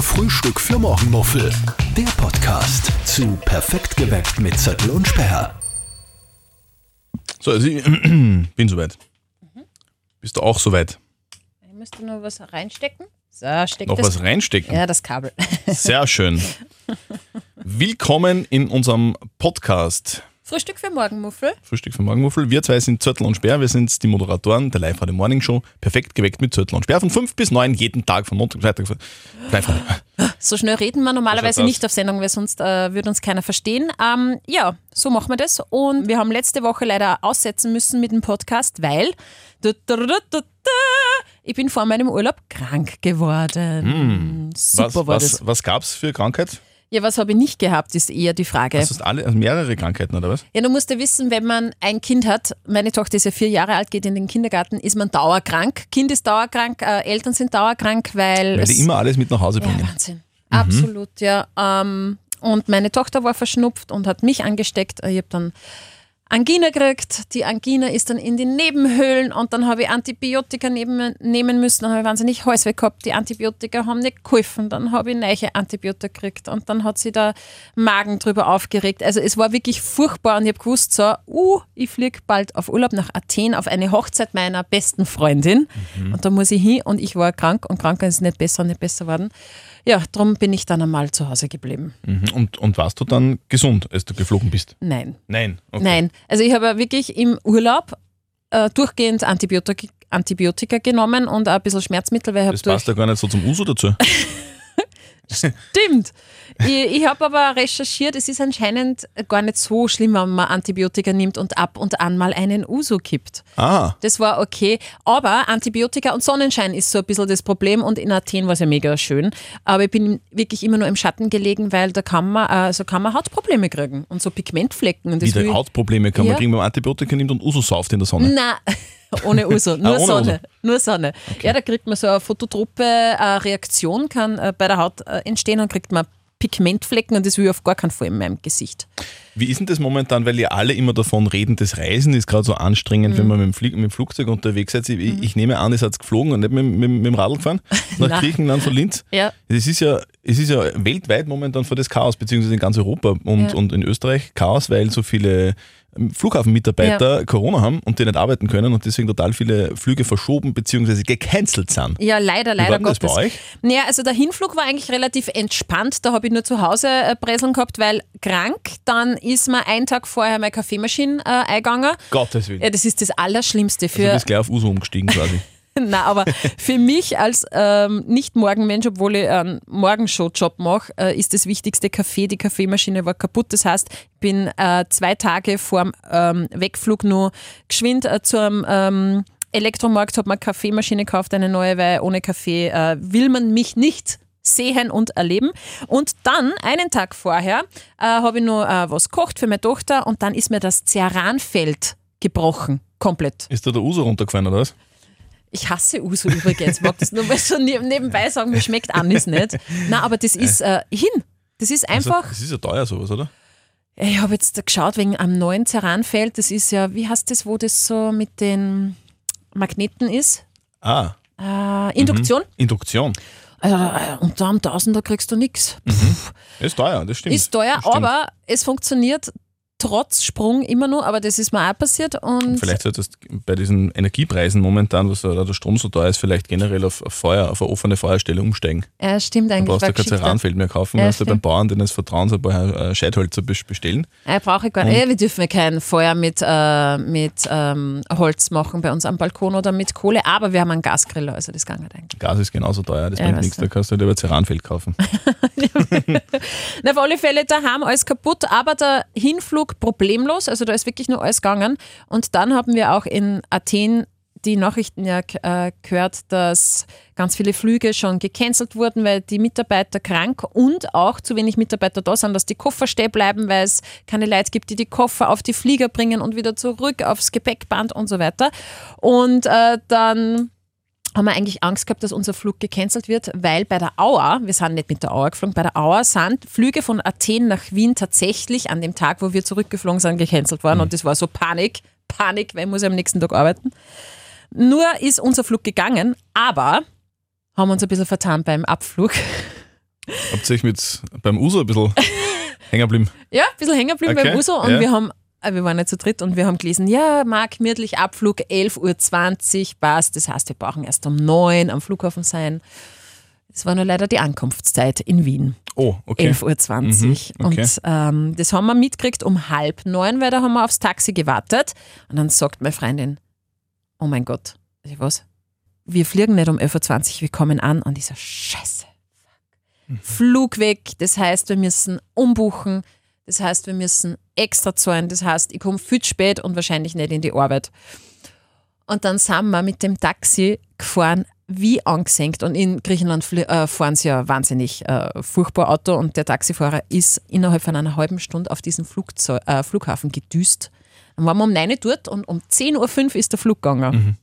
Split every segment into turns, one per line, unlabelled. Frühstück für Morgenmuffel. Der Podcast zu Perfekt geweckt mit Zettel und Sperr.
So, also ich bin soweit. Bist du auch soweit?
Ich müsste nur was reinstecken. So, steck
Noch
das.
was reinstecken?
Ja, das Kabel.
Sehr schön. Willkommen in unserem Podcast
Frühstück für Morgenmuffel.
Frühstück für Morgenmuffel. Wir zwei sind Zörtel und Sperr. Wir sind die Moderatoren der Live Radio Morning Show. Perfekt geweckt mit Zörtel und Sperr von 5 bis 9 jeden Tag von Montag bis Freitag. Live Radio.
So schnell reden wir normalerweise
Das hat
nicht auf Sendung, weil sonst äh, würde uns keiner verstehen. Ähm, ja, so machen wir das. Und wir haben letzte Woche leider aussetzen müssen mit dem Podcast, weil du, du, du, du, du, ich bin vor meinem Urlaub krank geworden. Super
Hm. Was,
war
was,
das.
was gab es für Krankheit?
Ja, was habe ich nicht gehabt, ist eher die Frage.
Hast du alle, also mehrere Krankheiten oder was?
Ja, du musst ja wissen, wenn man ein Kind hat, meine Tochter ist ja vier Jahre alt, geht in den Kindergarten, ist man dauerkrank. Kind ist dauerkrank, äh, Eltern sind dauerkrank, weil.
Weil
es-
die immer Mhm. alles mit nach Hause
ja,
bringen.
Wahnsinn. Absolut, ja. Ähm, und meine Tochter war verschnupft und hat mich angesteckt. Ich habe dann Angina gekriegt. Die Angina ist dann in die Nebenhöhlen und dann habe ich Antibiotika neben, nehmen müssen. Dann habe ich wahnsinnig Halsweh gehabt. Die Antibiotika haben nicht geholfen. Dann habe ich neue Antibiotika gekriegt und dann hat sie der Magen drüber aufgeregt. Also es war wirklich furchtbar und ich habe gewusst, so, uh, ich fliege bald auf Urlaub nach Athen auf eine Hochzeit meiner besten Freundin und da muss ich hin und ich war krank und krank ist nicht besser und nicht besser worden. Ja, darum bin ich dann einmal zu Hause geblieben.
Mhm. Und, und warst du dann gesund, als du geflogen bist?
Nein.
Nein. Okay.
Nein, also ich habe ja wirklich im Urlaub äh, durchgehend Antibiotika, Antibiotika genommen und auch ein bisschen Schmerzmittel, weil ich habe
Das passt ja gar nicht so zum Uso dazu.
Stimmt. Ich, ich habe aber recherchiert, es ist anscheinend gar nicht so schlimm, wenn man Antibiotika nimmt und ab und an mal einen Uso kippt.
Ah,
Das war okay. Aber Antibiotika und Sonnenschein ist so ein bisschen das Problem. Und in Athen war es ja mega schön. Aber ich bin wirklich immer nur im Schatten gelegen, weil da kann man, äh, so kann man Hautprobleme kriegen und so Pigmentflecken. Und das will
wieder
ich-
Hautprobleme kann man
Ja. Mhm.
kriegen, wenn man Antibiotika nimmt und Uso sauft in der Sonne.
Na, ohne Uso, nur
Ah, ohne
Sonne. Nur Sonne. Ja, da kriegt man so eine phototrope äh, Reaktion, kann äh, bei der Haut äh, entstehen und kriegt man Pigmentflecken und das will ich auf gar keinen Fall in meinem Gesicht.
Wie ist denn das momentan, weil ihr alle immer davon reden, das Reisen ist gerade so anstrengend,
Mhm.
wenn man mit dem, Flieg mit dem Flugzeug unterwegs ist. Ich, ich nehme an, ihr seid geflogen und nicht mit, mit, mit dem Radl gefahren nach
Nein.
Griechenland von Linz.
Ja.
Es ist ja, es ist ja weltweit momentan vor das Chaos, beziehungsweise in ganz Europa und,
Ja.
und in Österreich Chaos, weil so viele ähm, Flughafenmitarbeiter Corona haben und die nicht arbeiten können und deswegen total viele Flüge verschoben beziehungsweise gecancelt sind.
Ja, leider, leider.
war denn das bei
Gottes.
euch?
Naja, also der Hinflug war eigentlich relativ entspannt. Da habe ich nur zu Hause äh, Breseln gehabt, weil krank. Dann ist mir einen Tag vorher meine Kaffeemaschine äh, eingegangen.
Gottes Willen.
Ja, das ist das Allerschlimmste
du
für,
bist gleich auf Uso umgestiegen quasi.
Na, aber für mich als ähm, nicht-Morgenmensch, obwohl ich einen Morgenshow-Job mache, äh, ist das wichtigste Kaffee. Die Kaffeemaschine war kaputt. Das heißt, ich bin äh, zwei Tage vorm ähm, Wegflug nur geschwind äh, zum ähm, Elektromarkt, habe mir eine Kaffeemaschine gekauft, eine neue, weil ohne Kaffee äh, will man mich nicht sehen und erleben. Und dann, einen Tag vorher, äh, habe ich nur äh, was gekocht für meine Tochter und dann ist mir das Ceranfeld gebrochen. Komplett.
Ist da der Uso runtergefallen oder was?
Ich hasse Uso übrigens, mag das nur mal so neb- nebenbei sagen, mir schmeckt Anis nicht. Na, aber das ist äh, hin. Das ist einfach,
Also Das ist ja teuer sowas, oder?
ich habe jetzt da geschaut wegen am neuen Ceranfeld, das ist ja, wie heißt das, wo das so mit den Magneten ist?
Ah,
Äh,
Mhm.
Induktion.
Induktion.
Also, äh, unter einem Tausender kriegst du nichts.
Ist teuer, das stimmt.
Ist teuer,
Das stimmt.
aber es funktioniert trotz Sprung immer nur, aber das ist mir auch passiert. Und
Vielleicht solltest du bei diesen Energiepreisen momentan, wo so- da der Strom so teuer ist, vielleicht generell auf, auf Feuer, auf eine offene Feuerstelle umsteigen.
Ja, stimmt
Dann
eigentlich.
brauchst
war
du kein
Geschichte.
Ceranfeld mehr kaufen,
Ja,
kannst du beim
stimmt.
Bauern deines Vertrauens ein paar äh, Scheitholzer bes- bestellen.
Äh, brauche ich gar nicht. Äh, wir dürfen ja kein Feuer mit, äh, mit ähm, Holz machen bei uns am Balkon oder mit Kohle, aber wir haben einen Gasgriller, also das kann nicht eigentlich.
Gas ist genauso teuer, das
Ja,
bringt
weißt
nichts,
du.
da kannst du halt über Ceranfeld kaufen.
Na, auf alle Fälle, da haben alles kaputt, aber der Hinflug problemlos, also da ist wirklich nur alles gegangen. Und dann haben wir auch in Athen die Nachrichten ja äh, gehört, dass ganz viele Flüge schon gecancelt wurden, weil die Mitarbeiter krank und auch zu wenig Mitarbeiter da sind, dass die Koffer stehen bleiben, weil es keine Leute gibt, die die Koffer auf die Flieger bringen und wieder zurück aufs Gepäckband und so weiter. Und äh, dann haben wir eigentlich Angst gehabt, dass unser Flug gecancelt wird, weil bei der Auer, wir sind nicht mit der Auer geflogen, bei der Auer sind Flüge von Athen nach Wien tatsächlich an dem Tag, wo wir zurückgeflogen sind, gecancelt worden und das war so Panik, Panik, weil ich muss ja am nächsten Tag arbeiten. Nur ist unser Flug gegangen, aber haben uns ein bisschen vertan beim Abflug.
Habt ihr euch mit beim Uso ein bisschen hängen geblieben?
Ja, ein bisschen hängen geblieben
Okay,
beim Uso und
ja.
wir haben, äh, wir waren ja zu dritt und wir haben gelesen, ja, Marc Mirtlich, Abflug 11.20 Uhr, passt. Das heißt, wir brauchen erst um 9 Uhr am Flughafen sein. Es war nur leider die Ankunftszeit in Wien,
Oh, okay.
11.20 Uhr.
Mhm, okay.
Und ähm, das haben wir mitgekriegt um halb neun, weil da haben wir aufs Taxi gewartet. Und dann sagt meine Freundin, oh mein Gott, ich was? Wir fliegen nicht um 11.20 Uhr, wir kommen an. Und ich so, scheiße,
Mhm.
fuck. Flug weg, das heißt, wir müssen umbuchen, das heißt, wir müssen extra zahlen, das heißt, ich komme viel zu spät und wahrscheinlich nicht in die Arbeit. Und dann sind wir mit dem Taxi gefahren, wie angesenkt. Und in Griechenland fli- äh, fahren sie ja wahnsinnig äh, furchtbar Auto. Und der Taxifahrer ist innerhalb von einer halben Stunde auf diesen Flugzeug, äh, Flughafen gedüst. Dann waren wir um 9 Uhr dort und um 10.05 Uhr ist der Flug gegangen.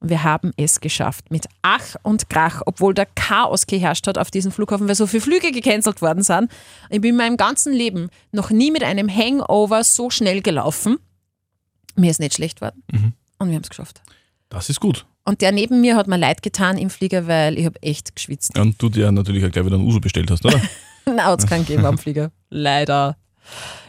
Und wir haben es geschafft. Mit Ach und Krach, obwohl da Chaos geherrscht hat auf diesem Flughafen, weil so viele Flüge gecancelt worden sind. Ich bin in meinem ganzen Leben noch nie mit einem Hangover so schnell gelaufen. Mir ist nicht schlecht worden. Und wir haben es geschafft.
Das ist gut.
Und der neben mir hat mir leid getan im Flieger, weil ich habe echt geschwitzt.
Und du dir natürlich auch gleich wieder einen Uso bestellt hast, oder?
Na, hat's keinen gegeben am Flieger. Leider.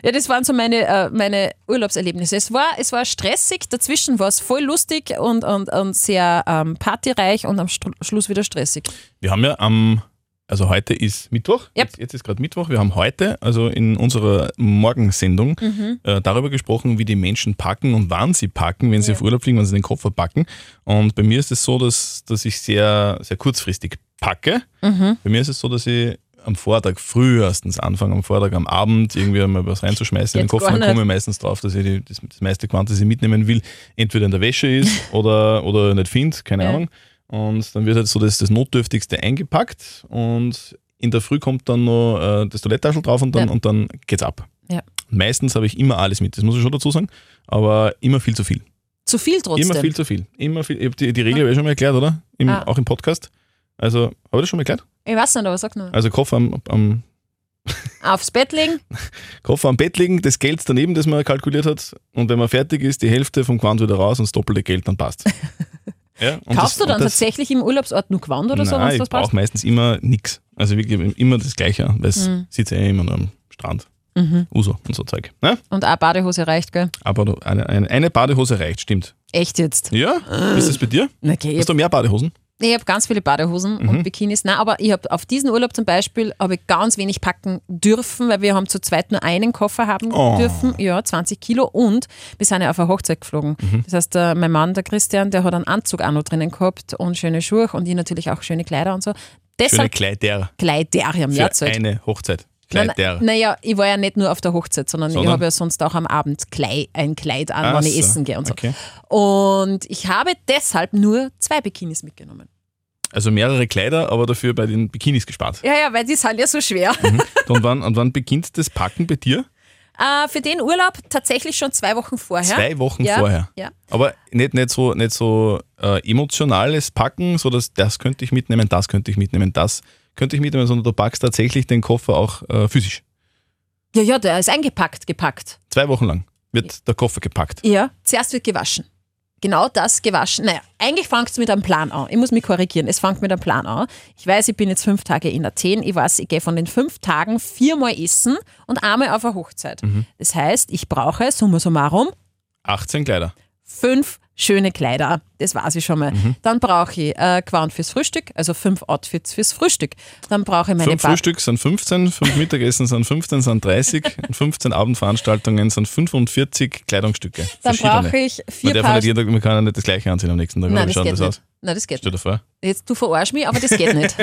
Ja, das waren so meine, äh, meine Urlaubserlebnisse. Es war, es war stressig, dazwischen war es voll lustig und, und, und sehr ähm, partyreich und am Stru Schluss wieder stressig.
Wir haben ja am, also heute ist Mittwoch,
Yep.
jetzt, jetzt ist gerade Mittwoch, wir haben heute, also in unserer Morgensendung,
Mhm.
äh, darüber gesprochen, wie die Menschen packen und wann sie packen, wenn sie auf Urlaub fliegen, wann sie den Koffer packen. Und bei mir ist es so, dass, dass ich sehr, sehr kurzfristig packe.
Mhm.
Bei mir ist es so, dass ich am Vortag frühestens anfange, am Vortag am Abend irgendwie einmal was reinzuschmeißen in den
Jetzt
Koffer.
gar
Dann komme
nicht.
ich meistens drauf, dass ich die, das, das meiste Quant, das ich mitnehmen will, entweder in der Wäsche ist oder, oder nicht finde, keine
Ja.
Ahnung. Und dann wird halt so das, das Notdürftigste eingepackt und in der Früh kommt dann noch äh, das Toiletttaschel drauf und dann,
Ja.
und dann geht's ab.
Ja.
Meistens habe ich immer alles mit, das muss ich schon dazu sagen, aber immer viel zu viel.
Zu viel trotzdem.
Immer viel zu viel. Immer viel. Ich habe die, die Regel habe ich schon mal erklärt, oder? Im,
Ah.
Auch im Podcast. Also, habe ich das schon mal erklärt?
Ich weiß nicht, aber sag nur.
Also Koffer am, am,
Aufs Bett legen,
Koffer am Bett legen, das Geld daneben, das man kalkuliert hat. Und wenn man fertig ist, die Hälfte vom Quant wieder raus und das doppelte Geld, dann passt. Ja, und
kaufst
das-
du dann
und das-
tatsächlich im Urlaubsort nur Gewand oder so,
Nein,
wenn's
ich
was brauchst?
brauche meistens immer nichts. Also wirklich immer das Gleiche, weil es
Mhm.
sitzt ja eh immer nur am Strand. Uso und so Zeug. Ne?
Und auch Badehose reicht, gell?
Aber du- eine, eine, eine Badehose reicht, stimmt.
Echt jetzt?
Ja? Wie ist das bei dir?
Okay, ich
Hast du mehr Badehosen?
Ich habe ganz viele Badehosen
Mhm.
und Bikinis. Nein, aber ich habe auf diesen Urlaub zum Beispiel habe ich ganz wenig packen dürfen, weil wir haben zu zweit nur einen Koffer haben
Oh.
dürfen. Ja, 20 Kilo und wir sind ja auf eine Hochzeit geflogen.
Mhm.
Das heißt, äh, mein Mann, der Christian, der hat einen Anzug auch noch drinnen gehabt und schöne Schuhe und ich natürlich auch schöne Kleider und so.
Schöne
Deshalb
Kleider
Kleiderium,
für
ja, Zeug.
eine Hochzeit.
Nein,
Kleider.
Naja, ich war ja nicht nur auf der Hochzeit, sondern, ich
Sondern?
habe ja sonst auch am Abend Klei, ein Kleid an,
Ach
wenn ich
so,
essen gehe und so.
okay.
Und ich habe deshalb nur zwei Bikinis mitgenommen.
Also mehrere Kleider, aber dafür bei den Bikinis gespart.
Ja, ja, weil die sind ja so schwer.
Und wann, und wann beginnt das Packen bei dir?
Äh, für den Urlaub tatsächlich schon zwei Wochen vorher.
Zwei Wochen
ja,
vorher.
Ja.
Aber nicht, nicht so, nicht so äh, emotionales Packen, so dass das könnte ich mitnehmen, das könnte ich mitnehmen, das könnte ich mitnehmen, sondern du packst tatsächlich den Koffer auch äh, physisch.
ja, ja, der ist eingepackt, gepackt.
Zwei Wochen lang wird der Koffer gepackt.
Ja. Zuerst wird gewaschen. Genau das gewaschen. Naja, eigentlich fängt es mit einem Plan an. Ich muss mich korrigieren. Es fängt mit einem Plan an. Ich weiß, ich bin jetzt fünf Tage in Athen. Ich weiß, ich gehe von den fünf Tagen viermal essen und einmal auf eine Hochzeit.
Mhm.
Das heißt, ich brauche summa summarum
18 Kleider.
fünf schöne Kleider. Das weiß ich schon mal.
Mhm.
Dann brauche ich äh, Quant fürs Frühstück, also fünf Outfits fürs Frühstück. Dann brauche ich meine
Fünf
Ba-
Frühstück sind 15, fünf Mittagessen sind 15, sind 30 und 15 Abendveranstaltungen sind 45 Kleidungsstücke.
Dann
verschiedene.
brauche ich
man,
vier
darf ja
Paar.
nicht jeden Tag, man kann ja nicht das gleiche anziehen am nächsten Tag. oder?
Nein,
Wie
das
schaut
geht
das aus?
nicht. Nein, das geht
Stell
nicht.
dir vor.
Jetzt, du verarsch mich, aber das geht nicht.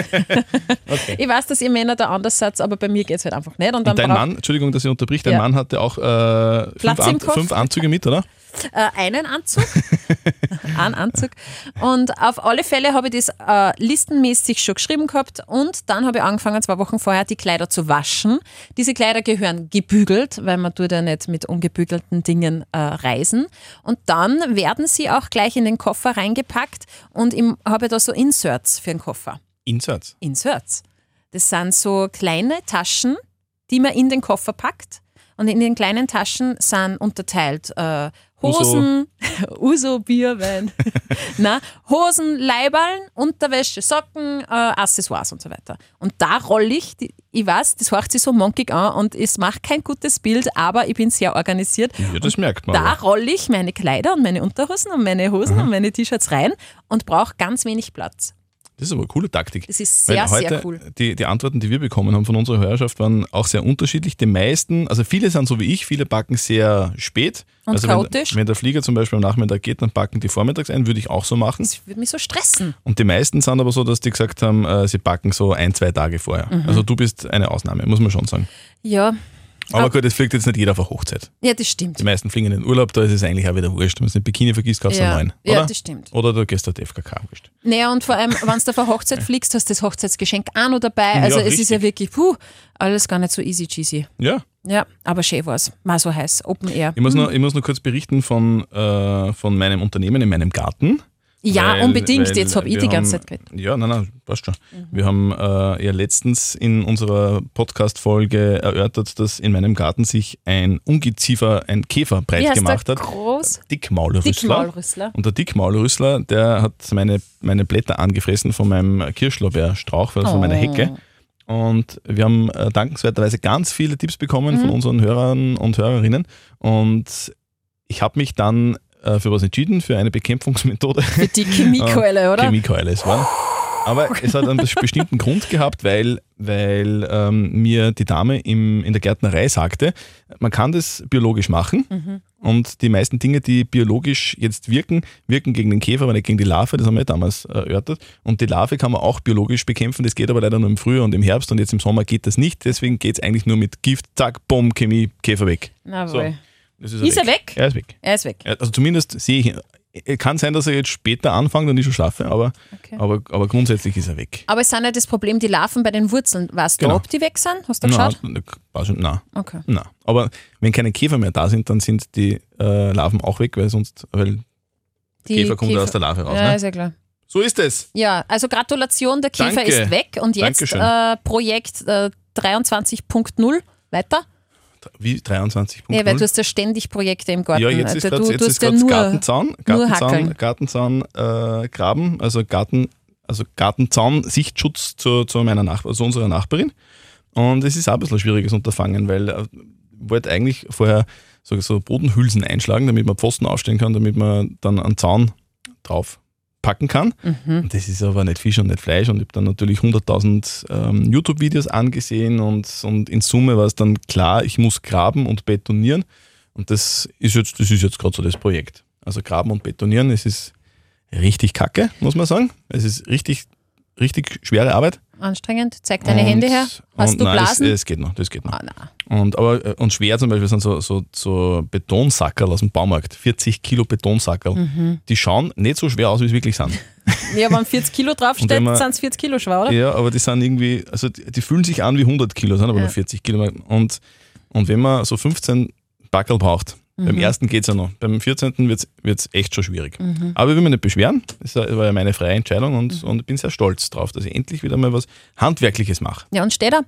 Ich weiß, dass ihr Männer da anders seid, aber bei mir geht es halt einfach nicht. Und dann
Und dein
brauch-
Mann, Entschuldigung, dass ich unterbrich, dein
Ja.
Mann hatte auch äh, fünf,
Platz im
An
Kopf.
fünf Anzüge mit, oder?
äh, einen Anzug. einen Anzug. Und auf alle Fälle habe ich das äh, listenmäßig schon geschrieben gehabt und dann habe ich angefangen, zwei Wochen vorher die Kleider zu waschen. Diese Kleider gehören gebügelt, weil man tut ja nicht mit ungebügelten Dingen äh, reisen. Und dann werden sie auch gleich in den Koffer reingepackt und ich habe da so Inserts für den Koffer.
Inserts.
Inserts. Das sind so kleine Taschen, die man in den Koffer packt. Und Und in den kleinen Taschen sind unterteilt äh, Hosen, Uso, Bier, Wein. Na, Hosen, Leiballen, Unterwäsche, Socken, äh, Accessoires und so weiter. Und da rolle ich, die, ich weiß, das hört sich so monkig an und es macht kein gutes Bild, aber ich bin sehr organisiert.
Ja, das merkt man.
Da
aber.
rolle ich meine Kleider und meine Unterhosen und meine Hosen und meine T-Shirts rein und brauche ganz wenig Platz.
Das ist aber eine coole Taktik.
Das ist
Weil
sehr,
heute
sehr cool.
Die, die Antworten, die wir bekommen haben von unserer Hörerschaft, waren auch sehr unterschiedlich. Die meisten, also viele sind so wie ich, viele backen sehr spät.
Und
also
chaotisch.
Wenn, wenn der Flieger zum Beispiel am Nachmittag geht, dann backen die vormittags ein, würde ich auch so machen.
Das würde mich so stressen.
Und die meisten sind aber so, dass die gesagt haben, äh, sie backen so ein, zwei Tage vorher.
Mhm.
Also du bist eine Ausnahme, muss man schon sagen.
Ja,
Aber
Ah.
gut, es fliegt jetzt nicht jeder auf eine Hochzeit.
ja das stimmt.
Die meisten fliegen in den Urlaub, da ist es eigentlich auch wieder wurscht. Wenn du den Bikini vergisst, kaufst du
Ja.
einen neuen.
Ja,
Oder?
das stimmt.
Oder du gehst dort FKK, wurscht.
Naja, und vor allem, wenn du auf eine Hochzeit fliegst, hast du das Hochzeitsgeschenk auch noch dabei. Also es ist
richtig.
ja wirklich, puh, alles gar nicht so easy cheesy.
Ja,
Ja, aber schön war's. Mal so heiß, Open Air.
ich muss, noch, ich muss noch kurz berichten von, äh, von meinem Unternehmen in meinem Garten.
ja,
Weil-
unbedingt.
weil
Jetzt hab ich
wir
die ganze
haben-
Zeit geredet.
Ja, nein, nein, passt schon.
Mhm.
Wir haben äh, ja letztens in unserer Podcast-Folge erörtert, dass in meinem Garten sich ein Ungeziefer, ein Käfer breit
Wie heißt
gemacht
der?
hat.
Groß
Dickmaulrüssler.
Dickmaulrüssler.
Und der Dickmaulrüssler, der hat meine, meine Blätter angefressen von meinem Kirschlorbeerstrauch, also von
Oh.
meiner Hecke. Und wir haben äh, dankenswerterweise ganz viele Tipps bekommen von unseren Hörern und Hörerinnen. Und ich habe mich dann äh, für was entschieden, für eine Bekämpfungsmethode.
Für die Chemiekeule, oder?
Chemiekeule, es war. Aber es hat einen bestimmten Grund gehabt, weil, weil ähm, mir die Dame im, in der Gärtnerei sagte, man kann das biologisch machen
Mhm.
und die meisten Dinge, die biologisch jetzt wirken, wirken gegen den Käfer, aber nicht gegen die Larve, das haben wir ja damals erörtert. Und die Larve kann man auch biologisch bekämpfen, das geht aber leider nur im Frühjahr und im Herbst und jetzt im Sommer geht das nicht, deswegen geht es eigentlich nur mit Gift, zack, Bumm, Chemie, Käfer weg.
Na
So.
wohl.
Das
Ist er weg?
Er ist weg.
Er ist weg.
Ja, Also zumindest sehe ich, ihn. kann sein, dass er jetzt später anfängt und ich schon schlafe, aber,
Okay.
aber, aber grundsätzlich ist er weg.
Aber es sind ja das Problem, die Larven bei den Wurzeln. Weißt du,
Genau.
ob die weg sind? Hast du
Na,
geschaut?
war schon, na,
Okay.
na. Aber wenn keine Käfer mehr da sind, dann sind die äh, Larven auch weg, weil sonst, weil
Die
Käfer kommt ja aus der Larve raus.
Ja, also
Ne?
ist ja klar.
So ist es.
Ja, also Gratulation, der Käfer
Danke.
ist weg und jetzt
Dankeschön.
äh, Projekt äh, 23.0 weiter.
Wie 23
Ja, weil du hast ja ständig Projekte im Garten.
ja, jetzt ist
Also
grad,
du
jetzt
tust
ist
ja
grad
nur
Gartenzaun,
hackeln.
Gartenzaun, Gartenzaun äh, graben, also Garten, also Gartenzaun Sichtschutz zu, zu meiner Nachbar, zu unserer Nachbarin. Und es ist auch ein bisschen ein schwieriges Unterfangen, weil äh, wollte eigentlich vorher so, so Bodenhülsen einschlagen, damit man Pfosten aufstellen kann, damit man dann einen Zaun drauf packen kann.
Mhm.
Und das ist aber nicht Fisch und nicht Fleisch und ich habe dann natürlich 100.000 ähm, YouTube-Videos angesehen und, und in Summe war es dann klar, ich muss graben und betonieren und das ist jetzt, das ist jetzt gerade so das Projekt. Also graben und betonieren, es ist richtig kacke, muss man sagen. Es ist richtig, richtig schwere Arbeit.
anstrengend. Zeig deine
Und-
Hände her. Hast
und
du
nein,
Blasen?
Es, es geht noch, das geht noch.
Ah, nein.
Und, aber, äh, und schwer zum Beispiel sind so, so, so Betonsackerl aus dem Baumarkt, 40 Kilo Betonsackerl.
Mhm.
Die schauen nicht so schwer aus, wie es wirklich sind.
Ja, wenn 40 Kilo draufsteht,
wenn
sind
man-
es 40 Kilo schwer, oder?
Ja, aber die sind irgendwie, also die, die fühlen sich an wie 100 Kilo, sind aber
Ja.
nur 40 Kilo. Und, und wenn man so 15 Backel braucht, beim
Mhm.
ersten geht es ja noch, beim 14. wird es echt schon schwierig.
Mhm.
Aber ich will mich nicht beschweren, das war ja meine freie Entscheidung und, und bin sehr stolz drauf, dass ich endlich wieder mal was Handwerkliches mache.
Ja, und steht da.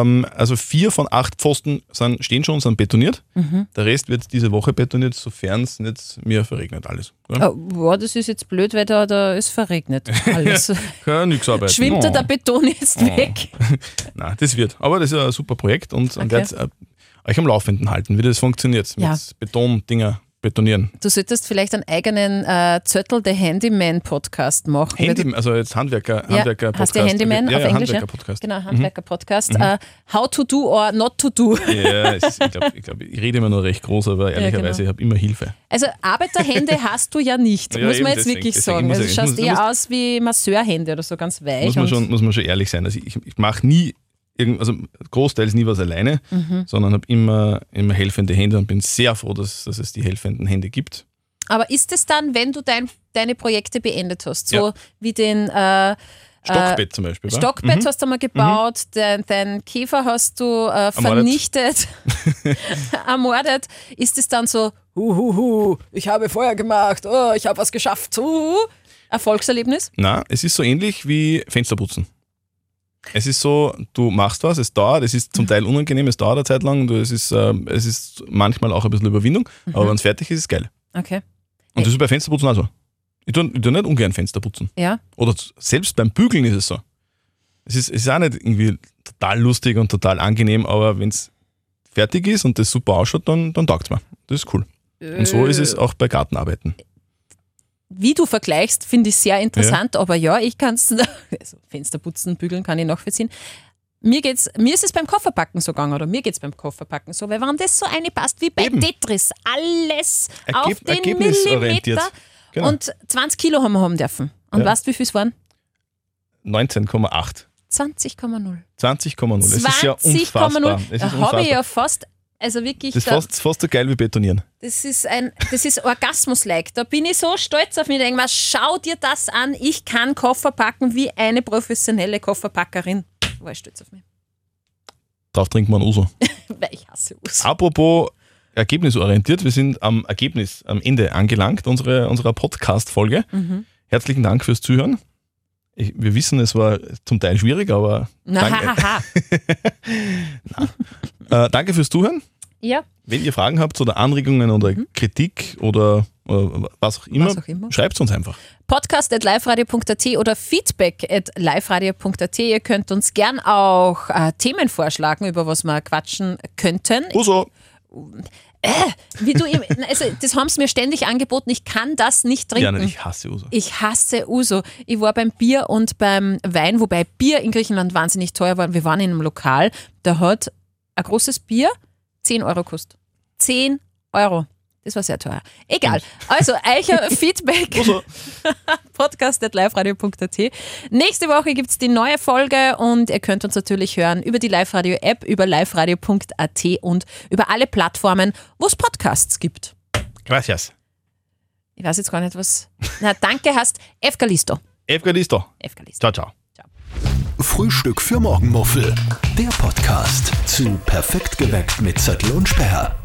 Ähm, also vier von acht Pfosten sind, stehen schon, sind betoniert.
Mhm.
Der Rest wird diese Woche betoniert, sofern es nicht mir verregnet alles. Ja?
Oh, boah, das ist jetzt blöd, weil da, da ist verregnet. Alles.
Kann nichts arbeiten.
Schwimmt da der Beton jetzt
Oh.
weg?
Nein, das wird. Aber das ist ein super Projekt und
Okay.
okay. werde äh, euch am Laufenden halten, wie das funktioniert.
Ja.
Mit Betondinger betonieren.
Du solltest vielleicht einen eigenen äh, Zöttel der Handyman-Podcast machen. weil du-
Handy, also jetzt Handwerker,
Ja,
Handwerker
Hast du Handyman
ja,
auf
ja,
Englisch?
Handwerker Podcast. Mhm.
Genau, Handwerker-Podcast. Äh, how to do or not to do.
Ja, es ist, ich glaube, ich, glaub, ich rede immer nur recht groß, aber
genau.
ehrlicherweise, ich habe immer Hilfe.
Also Arbeiterhände hast du ja nicht,
Ja,
muss
eben
man jetzt
deswegen,
wirklich
deswegen
sagen.
muss
Also
ich-
du
ich
schaust
muss-
eher
muss-
aus wie Masseurhände oder so ganz weich.
Muss man,
und
schon, muss man schon ehrlich sein. Also ich, ich mache nie, irgend- also großteils nie was alleine,
Mhm.
sondern habe immer, immer helfende Hände und bin sehr froh, dass, dass es die helfenden Hände gibt.
Aber ist es dann, wenn du dein, deine Projekte beendet hast, so
Ja.
wie den äh,
Stockbett Mhm. zum Beispiel. wa?
Stockbett hast du mal gebaut, dein, dein Käfer hast du äh, vernichtet, ermordet, ist es dann so, huhuhu, ich habe Feuer gemacht, oh, ich habe was geschafft, huhu. Erfolgserlebnis?
Na, es ist so ähnlich wie Fensterputzen. Es ist so, du machst was, es dauert, es
Mhm.
ist zum Teil unangenehm, es dauert eine Zeit lang, du, es, ist, äh, es ist manchmal auch ein bisschen Überwindung,
Mhm.
aber wenn es fertig ist, ist es geil.
Okay.
Und das ist bei Fensterputzen auch so. Ich tue tu nicht ungern Fenster putzen.
Ja.
Oder z- selbst beim Bügeln ist es so. Es ist, es ist auch nicht irgendwie total lustig und total angenehm, aber wenn es fertig ist und das super ausschaut, dann, dann taugt es mir. Das ist cool. Und so ist
Äh.
es auch bei Gartenarbeiten.
Wie du vergleichst, finde ich sehr interessant, aber ja, ich kann es, also Fenster putzen, bügeln kann ich nachvollziehen. Mir, geht's, mir ist es beim Kofferpacken so gegangen, oder mir geht es beim Kofferpacken so, weil warum das so eine passt wie bei
Eben.
Tetris, alles auf
Ergeb-
den
ergebnisorientiert.
Millimeter
Genau.
und 20 Kilo haben wir haben dürfen. Und
Ja.
weißt du, wie viel es waren?
19,8.
20,0.
20,0 Es ist ja unfassbar.
20,0.
Es ist
Da habe ich
unfassbar.
ja fast, also wirklich,
Das ist
da,
fast, fast so geil wie Betonieren.
Das ist ein, das ist Orgasmus-like. Da bin ich so stolz auf mich. Ich denke mir, schau dir das an. Ich kann Koffer packen wie eine professionelle Kofferpackerin. War ich stolz auf mich.
Drauf trinkt man Uso.
Weil ich hasse Us.
Apropos ergebnisorientiert, wir sind am Ergebnis, am Ende angelangt unsere, unserer Podcast-Folge.
Mhm.
Herzlichen Dank fürs Zuhören. Ich, wir wissen, es war zum Teil schwierig, aber
Na, ha,
danke,
ha, ha.
äh, danke fürs Zuhören.
Ja,
Wenn ihr Fragen habt oder Anregungen oder Kritik oder, oder was auch immer,
Mhm. Was auch immer.
schreibt uns einfach.
podcast at liveradio.at oder feedback at liveradio.at. Ihr könnt uns gern auch äh, Themen vorschlagen, über was wir quatschen könnten.
Uso,
Wie du, im- also, das haben sie mir ständig angeboten. Ich kann das nicht trinken.
ja, nein, ich hasse Uso.
Ich hasse Uso. Ich war beim Bier und beim Wein, wobei Bier in Griechenland wahnsinnig teuer war. Wir waren in einem Lokal, da hat ein großes Bier 10 Euro kostet. 10 Euro. Das war sehr teuer. Egal. Also, eicher Feedback.
Uso.
podcast.liveradio.at. Nächste Woche gibt es die neue Folge und ihr könnt uns natürlich hören über die Live-Radio-App, über liveradio.at und über alle Plattformen, wo es Podcasts gibt.
Gracias.
Ich weiß jetzt gar nicht, was. Na, danke, hast Efkalisto.
Evgalisto.
Efkalisto.
Ciao, ciao.
Frühstück für Morgenmuffel. Der Podcast zu Perfekt geweckt mit Zettel und Sperr.